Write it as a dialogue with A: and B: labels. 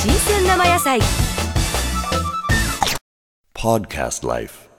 A: 生野菜
B: Podcast Life.